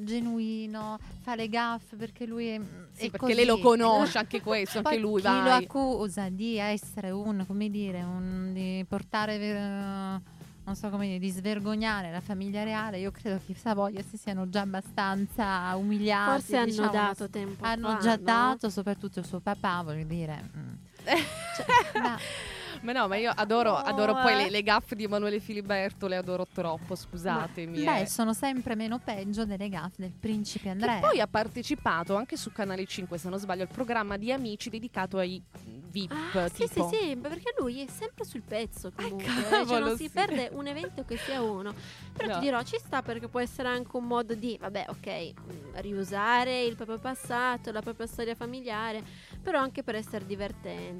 genuino, fa le gaffe perché lui è... mm,
Sì,
è
perché
così.
lei lo conosce, anche questo, anche
Poi
lui,
chi lo
vai.
accusa di essere un, come dire, un, di portare, eh, non so come dire, di svergognare la famiglia reale, io credo che i Savoia si siano già abbastanza umiliati.
Forse hanno
diciamo,
dato tempo.
Hanno
fa,
già
no?
dato, soprattutto il suo papà, voglio dire. mm. Ma
Ma no, ma io adoro,
Cioè, No,
adoro poi
eh.
le, le gaffe di Emanuele Filiberto, le adoro troppo, scusatemi.
beh,
eh.
sono sempre meno peggio delle gaffe del principe
Che
Andrea.
poi ha partecipato anche su Canale 5, se non sbaglio, al programma di Amici dedicato ai VIP.
Ah, sì, sì,
tipo. Eh,
sì, ma perché lui è sempre sul pezzo comunque. cioè,
cavolo,
non si
sì.
perde un evento che sia uno. Però
No.
ti dirò, ci sta perché può essere anche un modo di, vabbè, ok, mh, riusare il proprio passato, la propria storia familiare, però anche per essere divertente.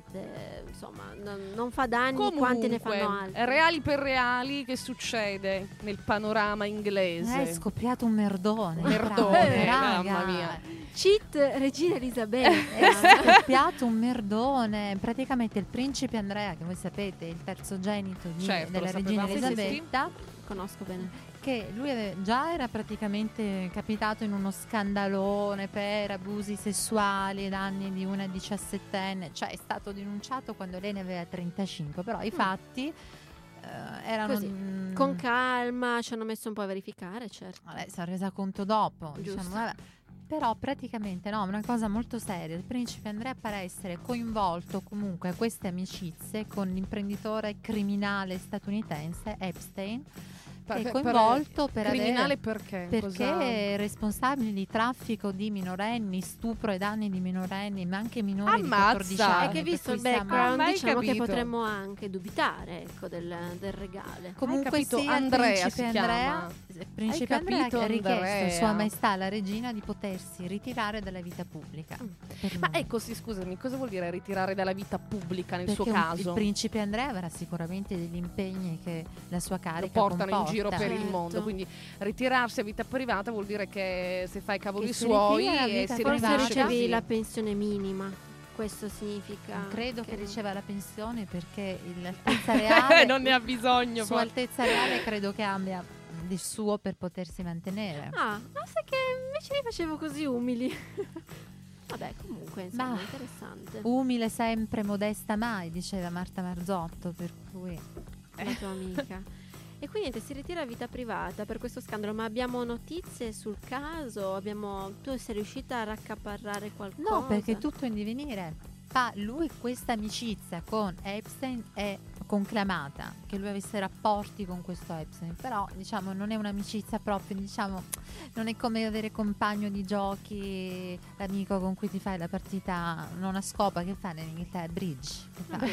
Insomma, non, non fa danni quanti ne fanno
Comunque,
altri.
Reali per reali, che succede nel panorama inglese?
Eh, è scopriato un merdone.
Merdone,
bravo, raga.
mamma mia.
Cheat Regina
è
Elisabetta. eh,
scoppiato un merdone. Praticamente il principe Andrea, che voi sapete, è il terzogenito di-
Certo, lo
della
sapevamo.
regina
Sì, sì, sì.
Elisabetta,
Conosco bene.
che lui ave- già era praticamente capitato in uno scandalone per abusi sessuali ed anni di una diciassettenne, cioè è stato denunciato quando lei ne aveva 35, però
Mm.
i fatti eh, erano
Così,
mm,
Con calma, ci hanno messo un po' a verificare, certo.
Vabbè, si è resa conto dopo.
Giusto.
diciamo, vabbè. Però praticamente no, una cosa molto seria. Il principe Andrea pare essere coinvolto comunque a queste amicizie con l'imprenditore criminale statunitense Epstein.
Per-
che è
per- per-
coinvolto per,
Criminale
avere-
perché?
perché
Cosa-
è responsabile di traffico di minorenni, stupro e danni di minorenni, ma anche minori
Ammazza!
di 14 anni.
È che
per
visto
cui
il
siamo-
background,
Ah, ma hai
diciamo che
capito.
potremmo anche dubitare ecco, del, del regale.
Comunque
capito,
sia, il
Andrea
principe
si chiama.
Andrea, il principe
Hai
Andrea
capito,
ha richiesto a
Andrea?
sua maestà la regina di potersi ritirare dalla vita pubblica.
Mm.
Per
Ma
noi.
ecco, sì, scusami, cosa vuol dire ritirare dalla vita pubblica nel
Perché
suo
un-
caso?
il principe Andrea avrà sicuramente degli impegni che la sua
lo
carica
portano
comporta.
in giro per il
Certo.
mondo, quindi ritirarsi a vita privata vuol dire che se fai i cavoli
Che si
suoi
ritira a
e
vita
si
privata.
Forse
riduce
ricevi
così.
la pensione minima. Questo significa.
Eh, Credo che
ricevi
riceva la pensione perché il- l'altezza reale,
non ne ha bisogno.
sua altezza reale credo che abbia di suo per potersi mantenere.
Ah, ma sai che invece li facevo così umili. Vabbè, comunque, insomma,
Ma-
interessante.
Umile sempre, modesta mai, diceva Marta Marzotto, per cui
la tua amica. E quindi niente, si ritira a vita privata per questo scandalo, ma abbiamo notizie sul caso? Abbiamo... Tu sei riuscita a raccaparrare qualcosa?
No, perché tutto in divenire. Ma lui questa amicizia con Epstein è conclamata, che lui avesse rapporti con questo Epstein, però diciamo non è un'amicizia proprio, diciamo non è come avere compagno di giochi, l'amico con cui ti fai la partita non a scopa che fa nell'Inghilterra, bridge. Che fa?
Vabbè,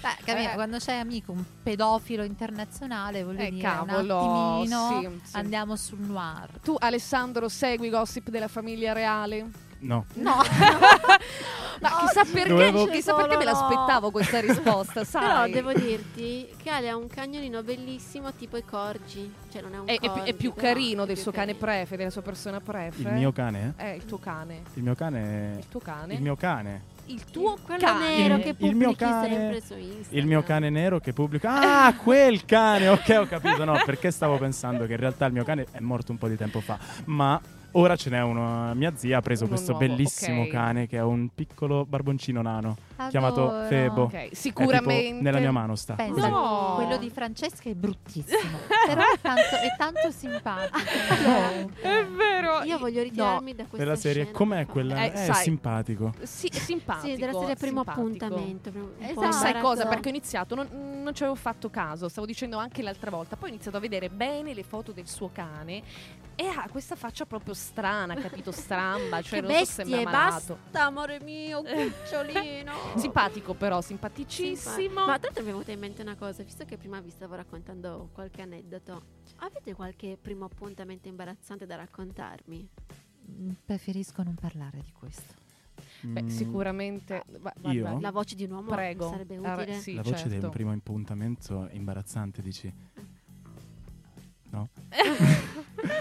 Beh, capito,
Mm. Eh.
quando c'è amico un pedofilo internazionale vuol
Eh,
dire
cavolo,
un attimino
sì, sì.
andiamo sul noir.
Tu Alessandro segui i gossip della famiglia reale?
No.
No,
Ma chissà perché,
Dovevo-
chissà perché me l'aspettavo questa risposta,
Però
sai?
devo dirti che Ale ha un cagnolino bellissimo tipo i corgi. Cioè non è un
è, è più, è
corgi,
più
però
carino
è
del
più
suo cane
carino.
prefe, della sua persona prefe.
Il mio cane? eh?
È il tuo cane.
Il mio cane?
Eh. Il tuo cane.
Il mio cane.
Il tuo
Quello
cane.
nero
Il-
che
il
pubblichi
mio cane-
sempre su Instagram.
Il mio cane nero che pubblica. Ah, quel cane! Ok, ho capito. No, perché stavo pensando che in realtà il mio cane è morto un po' di tempo fa. Ma ora ce n'è uno. Mia zia ha preso
Uno
questo
nuovo,
bellissimo
ok.
cane che è un piccolo barboncino nano. Chiamato
Adoro.
Febo.
Ok,
È tipo
sicuramente.
nella mia mano sta.
Pensa,
così.
No.
quello di Francesca è bruttissimo, però è tanto, è tanto simpatico. Io ho un
È
cane.
vero.
Io voglio ritirarmi da questa
Per la serie,
scena,
com'è
per favore.
quella?
Eh,
è
sai.
simpatico.
Sì, è simpatico.
Sì, della serie primo
simpatico.
appuntamento. primo- un po'
Sai
Esatto.
cosa?
imbarazzato.
Perché ho iniziato, non, non ci avevo fatto caso, stavo dicendo anche l'altra volta, poi ho iniziato a vedere bene le foto del suo cane e ha questa faccia proprio strana, capito? Stramba, cioè
che
non so se
bestie,
sembra malato.
basta, amore mio, cucciolino.
Simpatico però, simpaticissimo.
Ma tra l'altro mi è venuta in mente una cosa, visto che prima vi stavo raccontando qualche aneddoto, avete qualche primo appuntamento imbarazzante da raccontarmi?
Mm, Preferisco non parlare di questo.
Mm,
Beh, sicuramente... va- va-
io?
va-
Ah, La voce di un uomo
Prego.
sarebbe
Ah,
utile.
sì,
La voce
certo.
del primo appuntamento è imbarazzante, dici? No?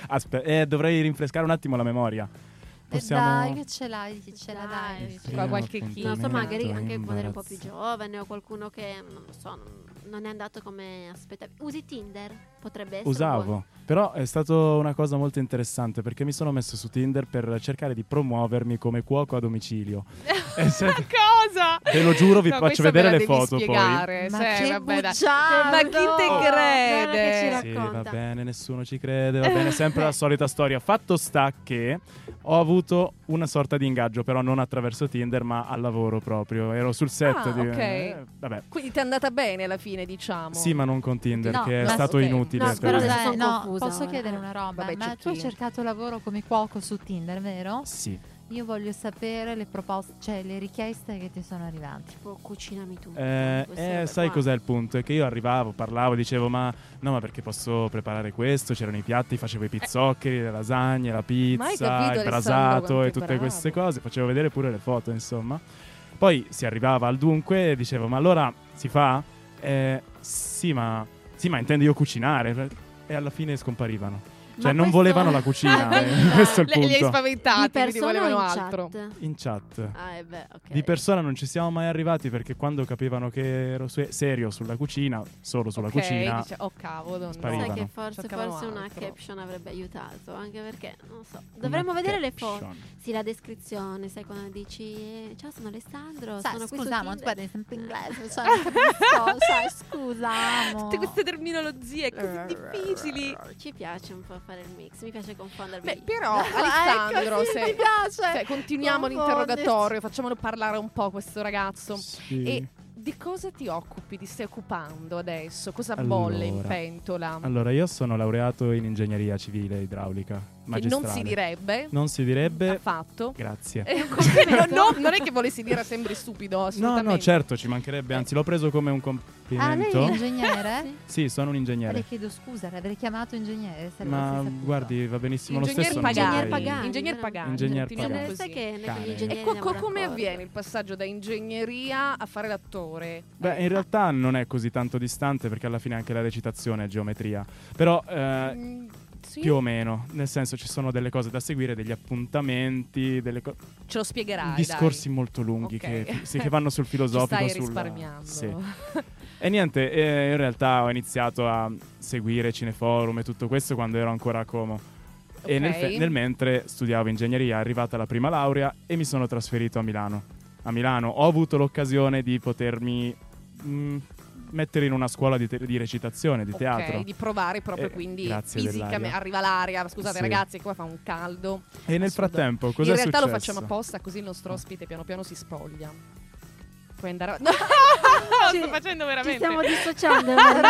Aspetta, dovrei rinfrescare un attimo la memoria.
Eh,
E
Possiamo...
Eh, dai, che ce l'hai, ce la
Dai.
dai.
Il
Qua
primo
qualche chi-
Non so,
appuntamento
magari anche quando eri un po'
imbarazz-
più giovane o qualcuno che, non lo so, non- non è andato come aspettavi. Usi Tinder? Potrebbe essere. un buon-
Usavo, però è stata una cosa molto interessante perché mi sono messo su Tinder per cercare di promuovermi come cuoco a domicilio. E se-
Cosa?
Eh, certo. Te lo giuro, vi
No,
faccio
questa me
vedere le
la devi
foto poi.
spiegare,
Ma
sì,
che
vabbè, dai.
bugiardo!
Ma chi te
Guarda che ci
crede?
racconta.
Sì, va bene, nessuno ci crede, va bene, sempre la solita storia. Fatto sta che ho avuto una sorta di ingaggio, però non attraverso Tinder, ma al lavoro proprio. Ero sul set
Ah,
di...
ok.
eh, vabbè.
Quindi ti è andata bene alla fine, diciamo.
Sì, ma non con Tinder,
No,
che è
ma-
stato
ok.
inutile.
No,
per
però
me.
adesso
Scusa,
sono
no,
confusa
posso
ora.
chiedere una roba?
Vabbè,
ma tu
Cicchini.
hai cercato lavoro come cuoco su Tinder, vero?
Sì,
Io voglio sapere le proposte, cioè le richieste che ti sono arrivate.
Tipo, cucinami tu.
eh,
queste
eh,
robe
sai
qua.
cos'è il punto? È che io arrivavo, parlavo, dicevo ma no ma perché posso preparare questo? C'erano i piatti,
Eh.
facevo i pizzoccheri, le lasagne, la
Ma hai
pizza,
capito,
il
Alessandro,
brasato
quanto è
e tutte
bravo.
queste cose, facevo vedere pure le foto insomma. Poi si arrivava al dunque e dicevo ma allora si fa? Eh, sì ma, sì ma intendo io cucinare e alla fine scomparivano. Cioè
Ma
non
questo-
volevano la cucina,
Ah,
eh, questo è il
Le, li hai
punto.
Di
spaventati, quindi
persona o
volevano
in
altro.
chat?
In chat.
Ah, eh beh, ok.
Di persona non ci siamo mai arrivati perché quando capivano che ero se- serio sulla cucina, solo sulla
Ok,
cucina,
diciamo,
dice, oh cavolo,
Sai
Sai
arrivano.
che forse,
Cercavano
forse una
altro.
caption avrebbe aiutato, anche perché, non so, dovremmo vedere le foto. Sì, la descrizione, sai quando dici eh, ciao sono Alessandro,
Sai,
sono qui su
scusa, ma
Tinder." Eh,
guarda, è sempre inglese, cioè, non
eh,
capisco, cioè, scusa. amo.
Tutte queste terminologie
Eh,
così difficili.
Ci piace un po' fare il mix, mi piace confondermi.
Beh, però,
Ecco,
Alessandro,
sì, mi
se,
piace.
se continuiamo
Confondersi.
l'interrogatorio, facciamolo parlare un po' questo ragazzo.
Sì.
Esatto. E di cosa ti occupi? Ti stai occupando adesso? Cosa
Allora.
bolle in pentola?
Allora, io sono laureato in ingegneria civile idraulica.
che
Magistrale.
non si direbbe.
Non si direbbe.
Affatto.
Grazie.
È un complimento. No, non è che volessi dire sembri stupido,
No,
assolutamente.
no, certo, ci mancherebbe, anzi l'ho preso come un
Ah, lei è
complimento.
ingegnere?
sì, sono un
Le
ingegnere.
chiedo scusa, l'avrei chiamato ingegnere. se
Ma
l'avessi saputo.
guardi, va benissimo lo
Ingegner
stesso. non
Pagani.
Ingegner
dovrei-
Pagani.
Ingegner Pagani.
Ingegner
continuiamo
Pagani.
Sai
così.
che noi con
Cane.
gli ingegneri
E co- co-
andiamo
come
d'accordo.
avviene il passaggio da ingegneria a fare l'attore?
Beh, in realtà non è così tanto distante perché alla fine anche la recitazione è geometria. Però eh,
Mm, sì?
Più o meno, nel senso ci sono delle cose da seguire, degli appuntamenti, delle co-
Ce lo spiegherai.
discorsi molto lunghi
Ok.
che, sì, che vanno sul
dai. Ci
filosofico.
stai
sul-
risparmiando.
sì. E niente, eh, in realtà ho iniziato a seguire cineforum e tutto questo quando ero ancora a Como. E nel,
Ok.
fe- nel mentre studiavo ingegneria, è arrivata la prima laurea e mi sono trasferito a Milano. A Milano ho avuto l'occasione di potermi mh, mettere in una scuola di, te- di recitazione, di
Ok,
teatro.
di provare proprio
Eh,
quindi
grazie
fisicamente.
dell'aria.
Arriva l'aria, scusate
Sì.
ragazzi, qua fa un caldo.
E nel
Assurdo.
frattempo, cosa
In
è
realtà
successo? Ah.
lo facciamo apposta così il nostro ospite piano piano si spoglia. Puoi andare avanti. sto facendo
Ci
veramente.
stiamo dissociando, guarda.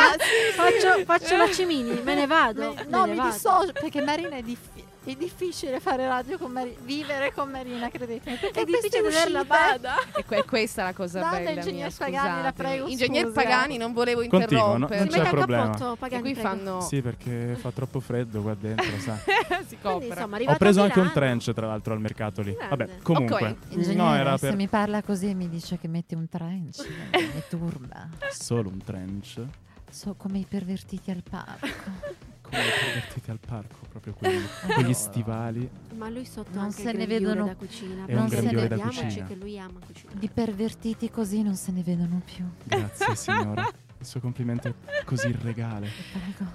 faccio, faccio la cimini, me ne vado.
Me-
me
no,
ne
mi
vado.
dissocio perché Marina è difficile. È difficile fare radio con Marina, vivere con Marina, credetemi. perché
È difficile
queste
vederla
uscite-
bada.
E que- questa è la cosa
Guarda,
bella.
ingegner
mia,
Pagani, la
scusate.
prego,
Ingegner
scusa.
Pagani, non volevo
Continua, no?
interrompere.
Non
Si
c'è
mette a
problema.
capotto,
E
Pagani,
qui
prego.
fanno.
Sì, perché fa troppo freddo qua dentro, sai.
si
Quindi,
copre.
insomma,
Ho
arrivato
preso
a
anche un
Milano-
trench, tra l'altro, al mercato lì.
Grande.
Vabbè, comunque. No,
Ingegnere,
era
se
per
mi parla così mi dice che mette un trench, eh, mi turba.
solo un trench.
So come i pervertiti al parco.
Come divertite al parco, proprio quelli. con gli stivali.
Ma lui sotto
Non
anche
se
il
ne
grembiule
vedono-
da cucina.
È
un
se
grembiule
da
vediamoci
cucina.
che lui ama cucinare.
Di pervertiti così non se ne vedono più.
Grazie, signora. Il suo complimento è così regale.
Prego.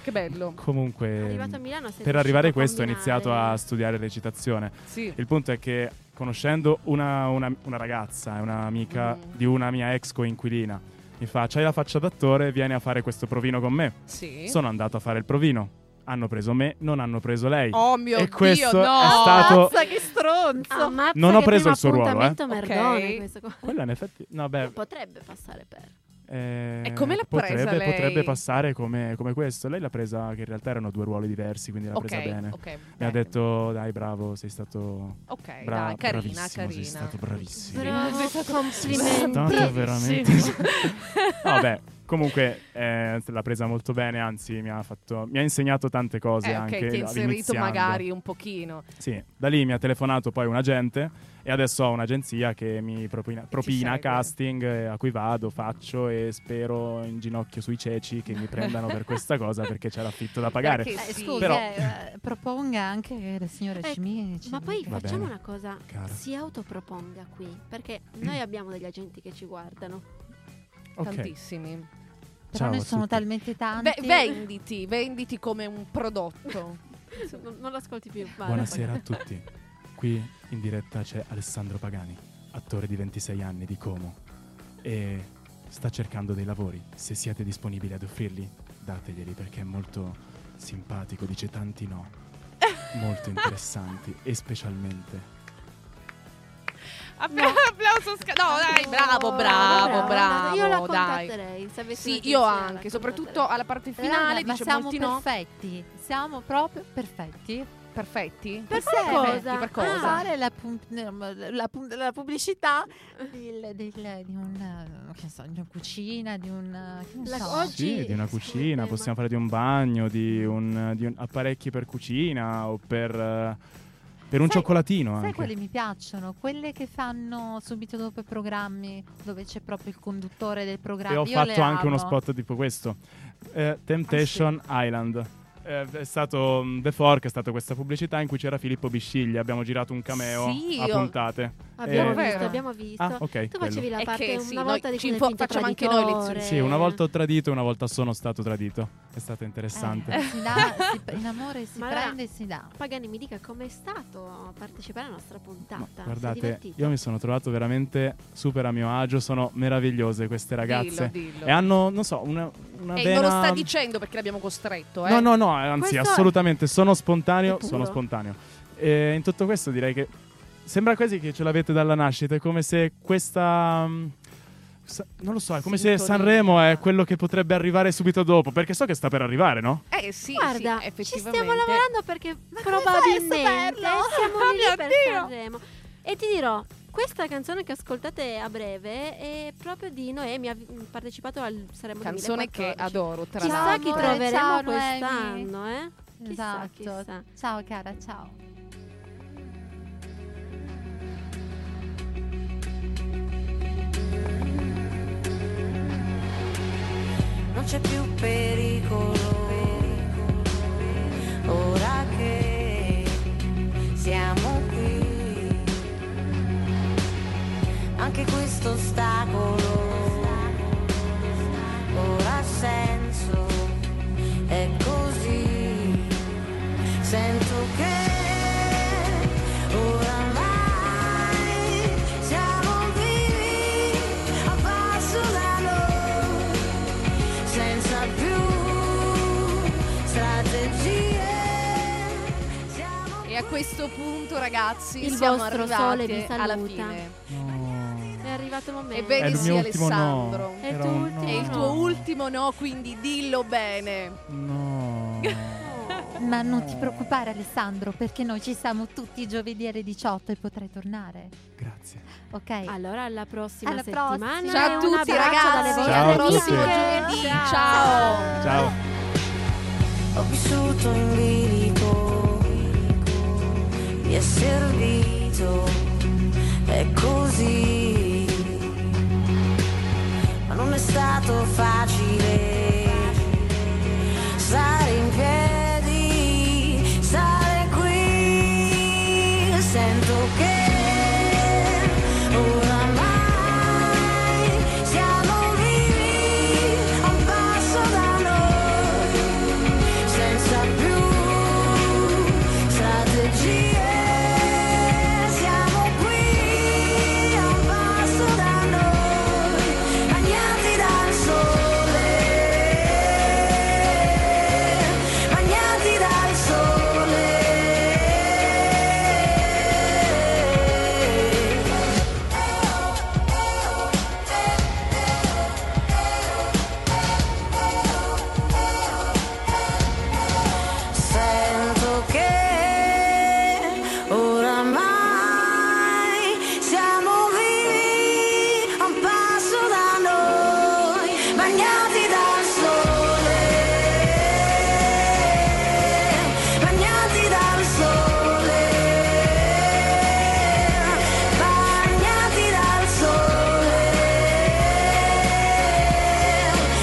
Che bello.
Comunque,
Arrivato a Milano si è
per
riuscito
arrivare
a
a questo ho
combinare.
iniziato a studiare recitazione.
Sì.
Il punto è che conoscendo una, una- una ragazza, è un'amica
Mm.
di una mia ex coinquilina, mi fa, c'hai la faccia d'attore, vieni a fare questo provino con me.
Sì.
Sono andato a fare il provino. Hanno preso me, non hanno preso lei.
Oh mio
e
Dio,
questo
no! Ah,
è stato...
Mazza, che stronzo!
Ammazza
Non ho
che
preso
primo
il suo ruolo, eh.
appuntamento merdone
Ok.
questo qua.
Quella in effetti... No, beh...
Potrebbe passare per.
eh,
E come l'ha presa
potrebbe,
lei?
potrebbe passare come, come questo. Lei l'ha presa, che in realtà erano due ruoli diversi, quindi l'ha
Ok,
presa bene.
ok.
Mi ha
bene.
detto, dai, bravo, sei stato...
Ok,
Bra-
dai, carina,
bravissimo, sei
carina.
stato bravissimo.
Bravo,
Tanto
complimenti.
veramente. Vabbè, comunque eh, l'ha presa molto bene, anzi mi ha, fatto, mi ha insegnato tante cose
Eh, ok,
anche.
ti ha inserito
iniziando.
magari un pochino.
Sì, da lì mi ha telefonato poi un agente e adesso ho un'agenzia che mi propina, propina
segue.
casting eh, a cui vado, faccio e spero in ginocchio sui ceci che mi prendano per questa cosa perché c'è l'affitto da pagare.
Perché
Eh,
sì.
scusa,
Però-
eh, proponga anche che la signora
Eh,
Cimini.
Ma poi
Va
facciamo
bene.
una cosa,
Cara. Mm.
si autoproponga qui, perché noi abbiamo degli agenti che ci guardano.
Ok,
Tantissimi.
Però
ciao
ne
a
sono
tutti.
talmente
Ve-
tanti.
venditi, venditi come un prodotto.
Non, non l'ascolti più. Oh, vale.
buonasera a tutti. Qui in diretta c'è Alessandro Pagani, attore di 26 anni di Como e sta cercando dei lavori. Se siete disponibili ad offrirli, dateglieli perché è molto simpatico, dice tanti no, molto interessanti e specialmente
Appla- applauso sca- No, dai, bravo, bravo, bravo.
Io la
dai.
contatterei, se avessi
Sì,
un'agenzia
io
la
anche, soprattutto
contatterei.
alla parte
Raga,
finale
Eh, ma
dice
siamo
molti no.
perfetti. Siamo proprio perfetti.
Perfetti?
Per
Perfetti,
cosa? Ah,
Per
Per
cosa?
fare la, pun- la pun- la pubblicità del- del- di una, che so, di una cucina, di un... Che ne
La-
so.
oggi-
sì, di una
sì,
cucina,
ma-
possiamo fare di un bagno, di un, di un- apparecchi per cucina o per, eh, per un
Sai-
cioccolatino
Sai
anche.
quelle mi piacciono? Quelle che fanno subito dopo i programmi dove c'è proprio il conduttore del programma.
E ho
Io le
fatto anche uno
amo.
spot tipo questo. Eh, Temptation Island. Eh, è stato mm, The Fork, è stata questa pubblicità in cui c'era Filippo Bisciglia. Abbiamo girato un cameo
Sì,
a
io-
puntate.
Abbiamo
Eh,
visto,
vero.
abbiamo visto.
Ah, ok.
Tu
quello.
facevi la
È
parte
che
una
sì,
volta
noi ci
di cui
info-
del finto
facciamo anche noi lezioni.
traditore.
Sì, una volta ho tradito, una volta sono stato tradito. È stato interessante.
Eh, si dà, si- in amore si
Ma allora-
prende e si dà.
Pagani mi dica com'è stato partecipare alla nostra
Ma
puntata. Si è
guardate,
divertito?
io mi sono trovato veramente super a mio agio. Sono meravigliose queste ragazze.
Dillo, dillo.
E hanno, non so, una, una
E
vena...
non lo sta dicendo perché l'abbiamo costretto, eh.
No, no, no, anzi,
Questo è-
assolutamente, sono
È
spontaneo,
puro.
sono spontaneo. E in tutto questo direi che sembra quasi che ce l'avete dalla nascita, è come se questa... mm, sa- Non lo so, è come se
Sintonia.
Sanremo è quello che potrebbe arrivare subito dopo, perché so che sta per arrivare, no?
Eh sì,
Guarda,
sì,
ci
effettivamente.
stiamo lavorando perché
come fai a
probabilmente
saperlo?
siamo
Oh
lì
mio
per
Dio!
Sanremo. E ti dirò, questa canzone che ascoltate a breve è proprio di Noemi, ha vi- partecipato al Saremo
Canzone che
2014.
adoro, tra
Ci
Chissà
l'altro.
chi
Ciao, amore,
troveremo
ciao, Noemi.
quest'anno, eh? Chissà,
esatto.
chissà.
Ciao cara, ciao.
non c'è più pericolo. Ora che siamo qui, anche questo ostacolo ora ha senso, è così. Sento che oramai siamo vivi a passo da noi senza più strategie. Siamo
E a questo punto, ragazzi,
Il
siamo
vostro
arrivati
sole vi saluta.
alla fine.
È arrivato il momento.
È
Ebbene
il
sì,
mio ultimo
Alessandro.
no.
È il
Era
tuo
un
ultimo
È il
no.
tuo ultimo no, quindi dillo bene.
No.
Oh.
Ma non ti preoccupare Alessandro, perché noi ci siamo tutti i giovedì alle 18 e potrai tornare,
Grazie.
ok?
Allora, alla prossima
Alla prossima.
settimana.
Ciao a
Un
tutti,
abbraccio
ragazzi.
dalle vostre
Ciao a
amiche.
tutti. Buon
Ciao.
Ciao.
Ciao.
Ho vissuto in bilico, mi è servito, è così, ma non è stato facile.